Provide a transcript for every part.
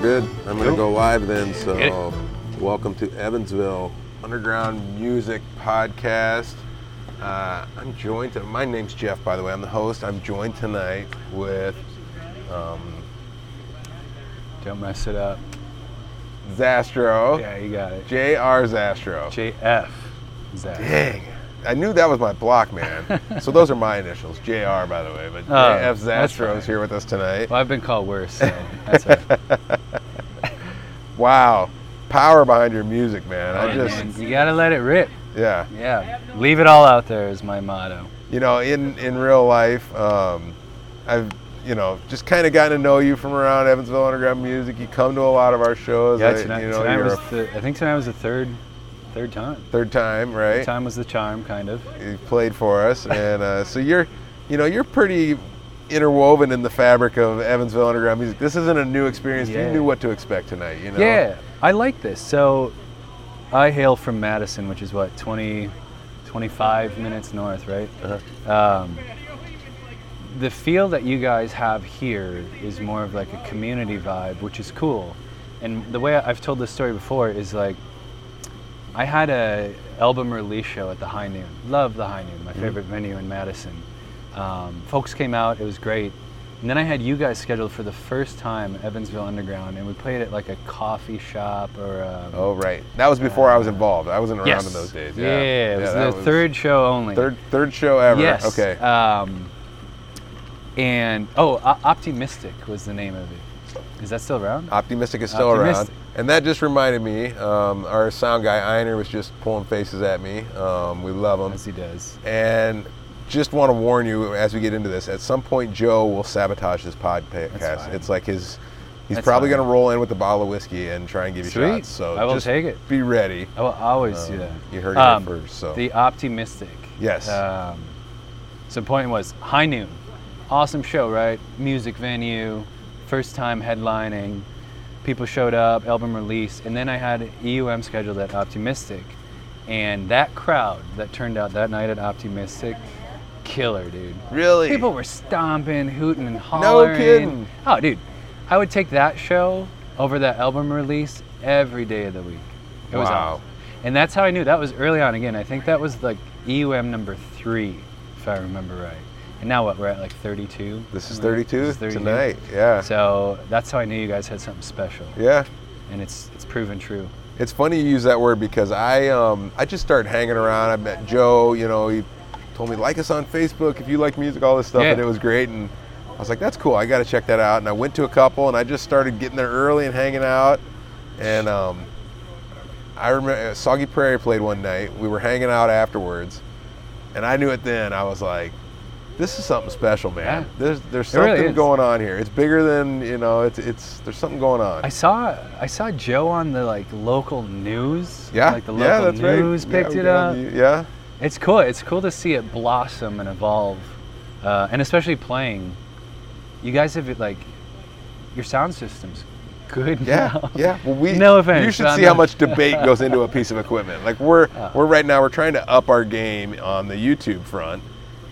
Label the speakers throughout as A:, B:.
A: good. I'm gonna
B: Cool.
A: go live then.
B: Hit
A: So, welcome to Evansville Underground Music Podcast. Uh, I'm joined. To, my name's Jeff, by the way. I'm the host. I'm joined tonight with
B: Don't mess it up.
A: Zastro,
B: Yeah, you got it.
A: J.R. Zastro.
B: JF. Is that?
A: Dang, I knew that was my block, man. so those are my initials, J.R. By the way, but
B: Oh,
A: J.F.
B: that's
A: Zastro is
B: fine.
A: here with us tonight.
B: Well, I've been called worse, so that's all right.
A: Wow, power behind your music, man. I just,
B: Oh, Man, you gotta let it rip.
A: yeah.
B: Yeah. Leave it all out there is my motto.
A: you know, in in real life, um, I've you know just kind of gotten to know you from around Evansville underground music. You come to a lot of our shows.
B: Yeah,
A: I-
B: tonight,
A: you know,
B: tonight
A: you're
B: was
A: a
B: the, I think tonight was the third, third time.
A: third time, right?
B: Third time was the charm, kind of.
A: You played for us, and uh, so you're, you know, you're pretty interwoven in the fabric of Evansville underground music. This isn't a new experience.
B: Yeah.
A: You knew what to expect tonight, you know.
B: Yeah, I like this. So I hail from Madison, which is what, 20, 25 minutes north, right?
A: Uh-huh.
B: Um, the feel that you guys have here is more of like a community vibe, which is cool. And the way I've told this story before is like, I had a album release show at the High Noon. Love the High Noon, my
A: Mm-hmm.
B: favorite venue in Madison. Um, folks came out, it was great. And then I had you guys scheduled for the first time at Evansville Underground, and we played at like a coffee shop or. Um,
A: Oh right, that was before I was involved. I wasn't around
B: yes.
A: in those days. Yeah,
B: Yeah, it was
A: that
B: the third show only.
A: third third show ever.
B: Yes.
A: Okay.
B: Um, and oh, O- Optimistic was the name of it. Is that still around?
A: Um, Optimistic is still
B: Optimistic.
A: around. And that just reminded me, um, our sound guy, Einer, was just pulling faces at me. Um, we love him.
B: As he does.
A: And just want to warn you as we get into this, at some point, Joe will sabotage this podcast.
B: fine.
A: It's like his, he's
B: That's
A: probably
B: fine.
A: going to roll in with a bottle of whiskey and try and give you
B: Sweet.
A: shots. So
B: I will
A: just
B: take it.
A: Be ready.
B: I will always do
A: Um,
B: that.
A: you heard it here first, so.
B: The optimistic.
A: Yes.
B: Um, so point was high noon, awesome show, right? Music venue, first time headlining. People showed up, album release, and then I had EUM scheduled at Optimistic, and that crowd that turned out that night at Optimistic, killer, dude.
A: Really?
B: People were stomping, hooting, and hollering.
A: kidding.
B: Oh, dude, I would take that show over that album release every day of the week. It was
A: Wow.
B: awesome. And that's how I knew. That was early on again. I think that was like EUM number three, if I remember right. And now what? We're at like 32.
A: This is
B: something like that?
A: 32
B: This is
A: tonight. Yeah.
B: So that's how I knew you guys had something special.
A: yeah.
B: And it's it's proven true.
A: It's funny you use that word because I um, I just started hanging around. I met Joe. You know, he told me like us on Facebook if you like music, all this stuff,
B: Yeah.
A: and it was great. And I was like, that's cool. I got to check that out. And I went to a couple, and I just started getting there early and hanging out. And um, I remember Soggy Prairie played one night. We were hanging out afterwards, and I knew it then. I was like, this is something special, man.
B: Yeah.
A: There's there's
B: It really
A: something
B: is.
A: going on here. It's bigger than you know. It's it's there's something going on.
B: I saw I saw Joe on the like local news.
A: yeah,
B: Like the local
A: yeah, that's right.
B: news
A: Yeah,
B: picked
A: we
B: it
A: got on
B: up.
A: the- Yeah.
B: It's cool. It's cool to see it blossom and evolve, uh, and especially playing. You guys have like, your sound system's good
A: Yeah,
B: now.
A: yeah. Well, we
B: No offense,
A: You should
B: but I'm
A: see how
B: not- Ah.
A: much debate goes into a piece of equipment. Like we're we're right now we're trying to up our game on the YouTube front,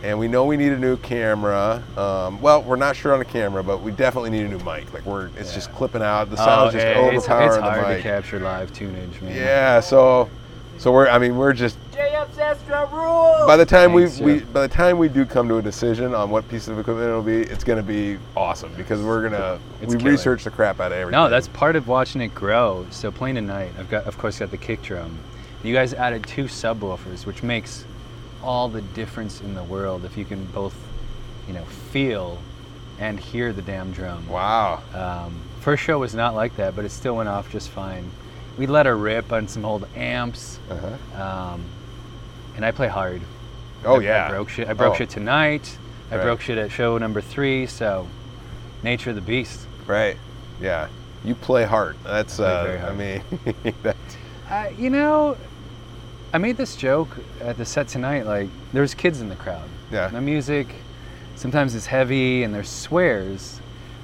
A: and we know we need a new camera. Um, well, we're not sure on a camera, but we definitely need a new mic. Like we're it's just clipping out. The sound's just
B: yeah, Oh, it's,
A: overpowering
B: it's
A: the
B: hard to
A: mic.
B: capture live tunage, man.
A: yeah. So, so we're I mean we're just
C: JF Zestra rules!
A: by the time
B: Thanks,
A: we, we
B: Jeff.
A: by the time we do come to a decision on what piece of equipment it'll be, it's gonna be awesome because we're gonna
B: It's
A: we
B: killer.
A: research the crap out of everything.
B: No, that's part of watching it grow. So playing tonight, I've got, of course, got the kick drum. You guys added two subwoofers, which makes all the difference in the world if you can both, you know, feel and hear the damn drum.
A: wow.
B: Um, first show was not like that, but it still went off just fine. We let her rip on some old amps,
A: Uh-huh.
B: um, and I play hard.
A: Oh
B: I-
A: yeah.
B: I broke shit. I broke
A: Oh.
B: shit tonight. I
A: Right.
B: broke shit at show number three. So, nature of the beast.
A: Right. Yeah. You play hard. That's.
B: I play
A: uh,
B: very hard.
A: I mean, that's,
B: Uh, you know, I made this joke at the set tonight. Like, there's kids in the crowd.
A: Yeah.
B: The music, sometimes it's heavy and there's swears,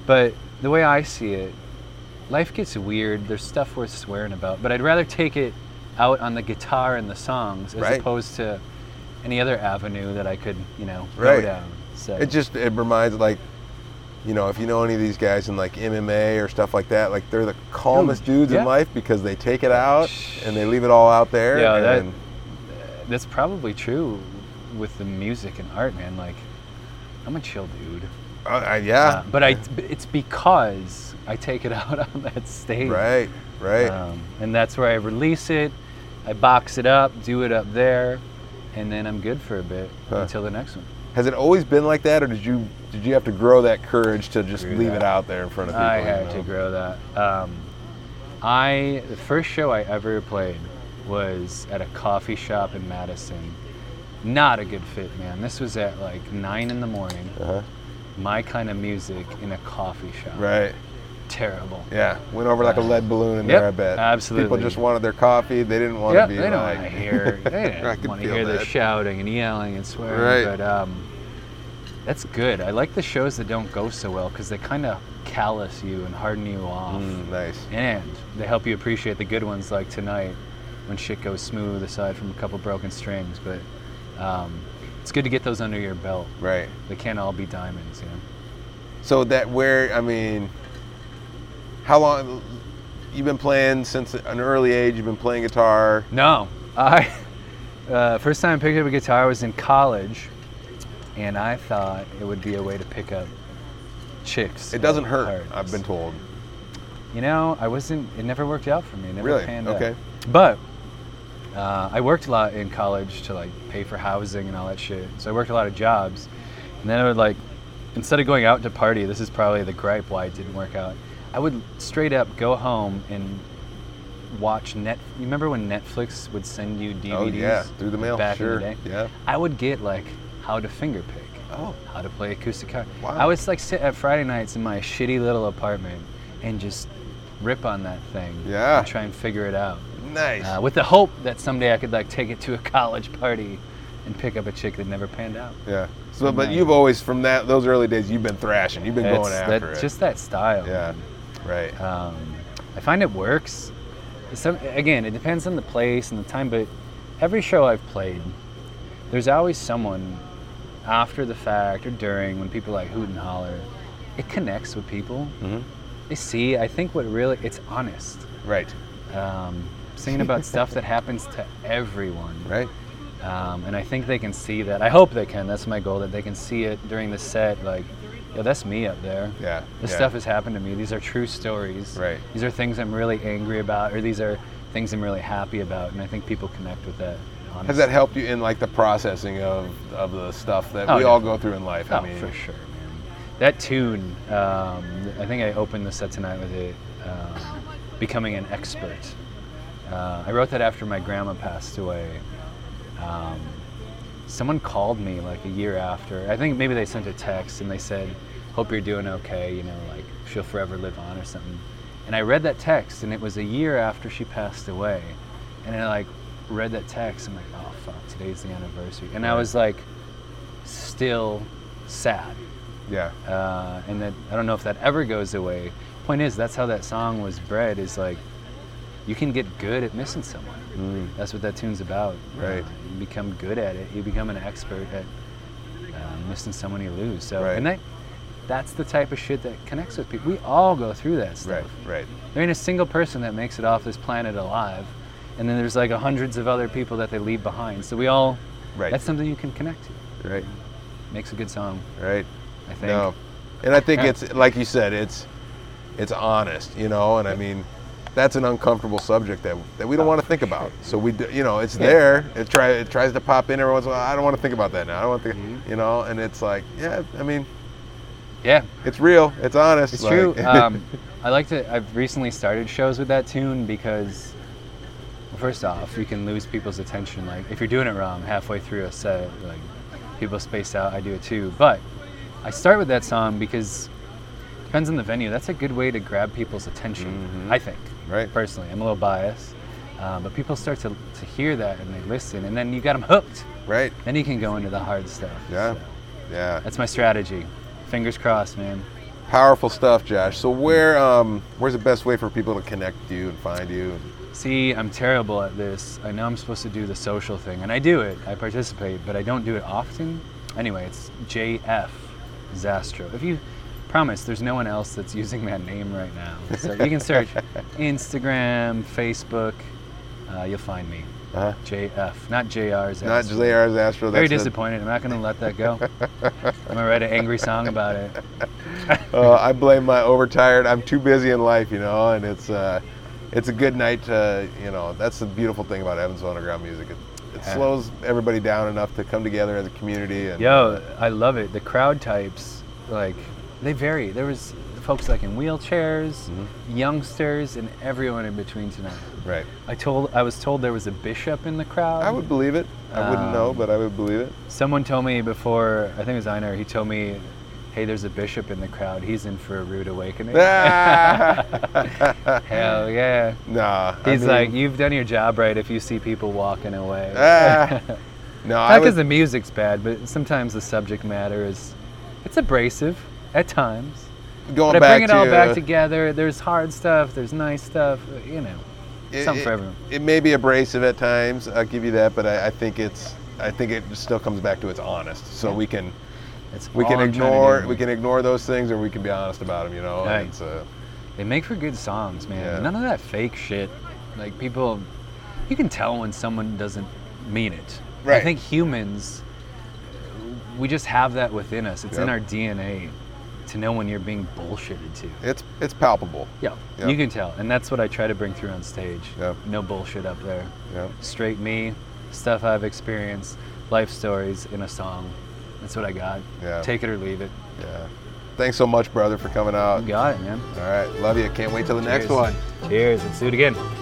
B: but the way I see it, life gets weird. There's stuff worth swearing about, but I'd rather take it out on the guitar and the songs as
A: Right.
B: opposed to any other avenue that I could, you know,
A: Right.
B: go down. So
A: it just it reminds like you know, if you know any of these guys in like MMA or stuff like that, like they're the calmest dudes
B: yeah.
A: in life because they take it out and they leave it all out there.
B: Yeah, that-
A: and
B: That's probably true with the music and art, man. Like, I'm a chill dude.
A: uh, uh, yeah,
B: Uh, but I, it's because I take it out on that stage.
A: right, right.
B: Um, and that's where I release it. I box it up, do it up there, and then I'm good for a bit
A: Huh.
B: until the next one.
A: Has it always been like that, or did you did you have to grow that courage to just
B: Grew
A: leave
B: that.
A: it out there in front of people?
B: I
A: you
B: had to
A: know?
B: grow that. Um, I the first show I ever played was at a coffee shop in Madison. Not a good fit, man. This was at like nine in the morning.
A: Uh-huh.
B: My kind of music in a coffee shop.
A: Right.
B: Terrible.
A: Yeah. Went over like a lead balloon in
B: Yep,
A: there. I bet. People
B: absolutely.
A: just wanted their coffee. They didn't want
B: Yeah,
A: to be
B: they don't
A: like.
B: want to hear. They
A: I
B: don't
A: can
B: want to
A: feel
B: hear the
A: that.
B: shouting and yelling and swearing.
A: Right.
B: But um, that's good. I like the shows that don't go so well because they kind of callous you and harden you off,
A: Mm, nice.
B: and they help you appreciate the good ones like tonight when shit goes smooth aside from a couple broken strings. But um, it's good to get those under your belt.
A: Right.
B: They can't all be diamonds, you know.
A: So that where I mean, how long you've been playing since an early age? You've been playing guitar.
B: No, I uh, first time I picked up a guitar was in college, and I thought it would be a way to pick up chicks.
A: It doesn't
B: or
A: hurt.
B: cards.
A: I've been told.
B: You know, I wasn't. It never worked out for me. It never
A: Really?
B: panned
A: Okay.
B: out. But uh, I worked a lot in college to like pay for housing and all that shit. So I worked a lot of jobs, and then I would like instead of going out to party. This is probably the gripe why it didn't work out. I would straight up go home and watch net. You remember when Netflix would send you DVDs?
A: Oh yeah, through the mail.
B: Back
A: sure.
B: in the day.
A: Yeah.
B: I would get like how to finger pick
A: Oh.
B: how to play acoustic guitar.
A: Wow.
B: I was like sit at Friday nights in my shitty little apartment and just rip on that thing.
A: Yeah.
B: And try and figure it out.
A: Nice.
B: Uh, with the hope that someday I could like take it to a college party and pick up a chick that never panned out.
A: yeah. So, but
B: nice.
A: you've always from that those early days, you've been thrashing. You've been
B: That's-
A: going
B: that-
A: after it.
B: Just that style.
A: yeah. Right.
B: Um, I find it works. Some, again, it depends on the place and the time, but every show I've played, there's always someone after the fact or during when people like hoot and holler. It connects with people.
A: Mhm.
B: They see. I think what really it's honest.
A: Right.
B: Um, singing about stuff that happens to everyone.
A: Right.
B: Um, and I think they can see that. I hope they can. That's my goal that they can see it during the set. Like, yo, that's me up there.
A: Yeah,
B: This
A: yeah.
B: stuff has happened to me. These are true stories.
A: Right.
B: These are things I'm really angry about, or these are things I'm really happy about. And I think people connect with that. honestly.
A: Has that helped you in like the processing of of the stuff that
B: Oh,
A: we all
B: definitely.
A: go through in life?
B: Oh,
A: I mean,
B: for sure, man. That tune, um, I think I opened the set tonight with it, um, Becoming an Expert. Uh, I wrote that after my grandma passed away. Um, someone called me like a year after. I think maybe they sent a text and they said, Hope you're doing okay, you know, like she'll forever live on or something. And I read that text and it was a year after she passed away. And I like read that text. I'm like, Oh, fuck, today's the anniversary. And I was like, still sad.
A: yeah.
B: Uh, and that I don't know if that ever goes away. Point is, that's how that song was bred. Is like you can get good at missing someone. That's what that tune's about.
A: Right.
B: Uh, you become good at it. You become an expert at uh, missing someone you lose. So
A: Right.
B: and that that's the type of shit that connects with people. We all go through that stuff.
A: Right. Right.
B: There ain't a single person that makes it off this planet alive. And then there's like hundreds of other people that they leave behind. So we all,
A: Right.
B: that's something you can connect to.
A: Right.
B: Makes a good song.
A: Right.
B: I think.
A: No. And I think
B: Yeah.
A: it's like you said, it's it's honest, you know. And I mean, that's an uncomfortable subject that that we don't want to think about. So we, do, you know, it's
B: Oh, Yeah.
A: there. It try it tries to pop in every once in a while. I don't want to think about that now. I don't want to,
B: Mm-hmm.
A: think, you know. And it's like, yeah. I mean,
B: Yeah,
A: it's real. It's honest.
B: it's
A: like-
B: true. Um, I like to. I've recently started shows with that tune because, well, first off, you can lose people's attention. Like if you're doing it wrong halfway through a set, like people space out. I do it too. But I start with that song because depends on the venue. That's a good way to grab people's attention. I think.
A: Mm-hmm. Right.
B: Personally, I'm a little biased, uh, but people start to to hear that and they listen, and then you got them hooked.
A: right.
B: Then you can go into the hard stuff.
A: Yeah.
B: So
A: Yeah.
B: that's my strategy. Fingers crossed, man.
A: Powerful stuff, Josh. So where um, where's the best way for people to connect with you and find you?
B: See, I'm terrible at this. I know I'm supposed to do the social thing, and I do it. I participate, but I don't do it often. Anyway, it's JF Zastro. If you promise there's no one else that's using that name right now. So you can search Instagram, Facebook, uh, you'll find me.
A: Uh-huh.
B: JF, not JR's.
A: Not JR's Astro.
B: Very
A: that's a-
B: disappointed. I'm not going to let that go. I'm going to write an angry song about it.
A: uh, I blame my overtired. I'm too busy in life, you know, and it's uh, it's a good night to you know. That's the beautiful thing about Evansville underground music. It, it
B: Yeah.
A: slows everybody down enough to come together as a community. And
B: Yo, I love it. The crowd types, like, they vary. There was folks like in wheelchairs,
A: Mm-hmm.
B: youngsters, and everyone in between tonight.
A: right,
B: I told, I was told there was a bishop in the crowd.
A: I would believe it. I wouldn't know,
B: Um,
A: but I would believe it.
B: Someone told me before, I think it was Einar, he told me, hey, there's a bishop in the crowd. He's in for a rude awakening.
A: Ah!
B: Hell yeah.
A: nah, I
B: He's
A: mean,
B: like, you've done your job right if you see people walking away.
A: ah. no, I
B: Not because
A: would,
B: the music's bad, but sometimes the subject matter is, it's abrasive at times.
A: going
B: but I
A: back
B: bring it all
A: to, uh,
B: back together. There's hard stuff. There's nice stuff. uh, You know,
A: it-
B: something for
A: it-
B: everyone.
A: It may be abrasive at times. I'll give you that, but I, I think it's. I think it still comes back to it's honest. So we can
B: That's
A: we
B: all
A: can
B: I'm trying to
A: ignore
B: do.
A: we can ignore those things, or we can be honest about them. You know,
B: Right.
A: and it's, uh,
B: They make for good songs, man.
A: Yeah.
B: None of that fake shit. Like people, you can tell when someone doesn't mean it. I
A: Right.
B: think humans, we just have that within us. It's in
A: Yep.
B: our DNA to know when you're being bullshitted to.
A: it's it's palpable.
B: Yeah,
A: Yep.
B: you can tell, and that's what I try to bring through on stage.
A: Yep.
B: No bullshit up there.
A: Yep.
B: Straight me, stuff I've experienced, life stories in a song. That's what I got.
A: Yeah.
B: Take it or leave it.
A: Yeah. Thanks so much, brother, for coming out.
B: You got it, man.
A: All right, love you. Can't wait till the next
B: Cheers.
A: one.
B: Cheers. Let's do it again.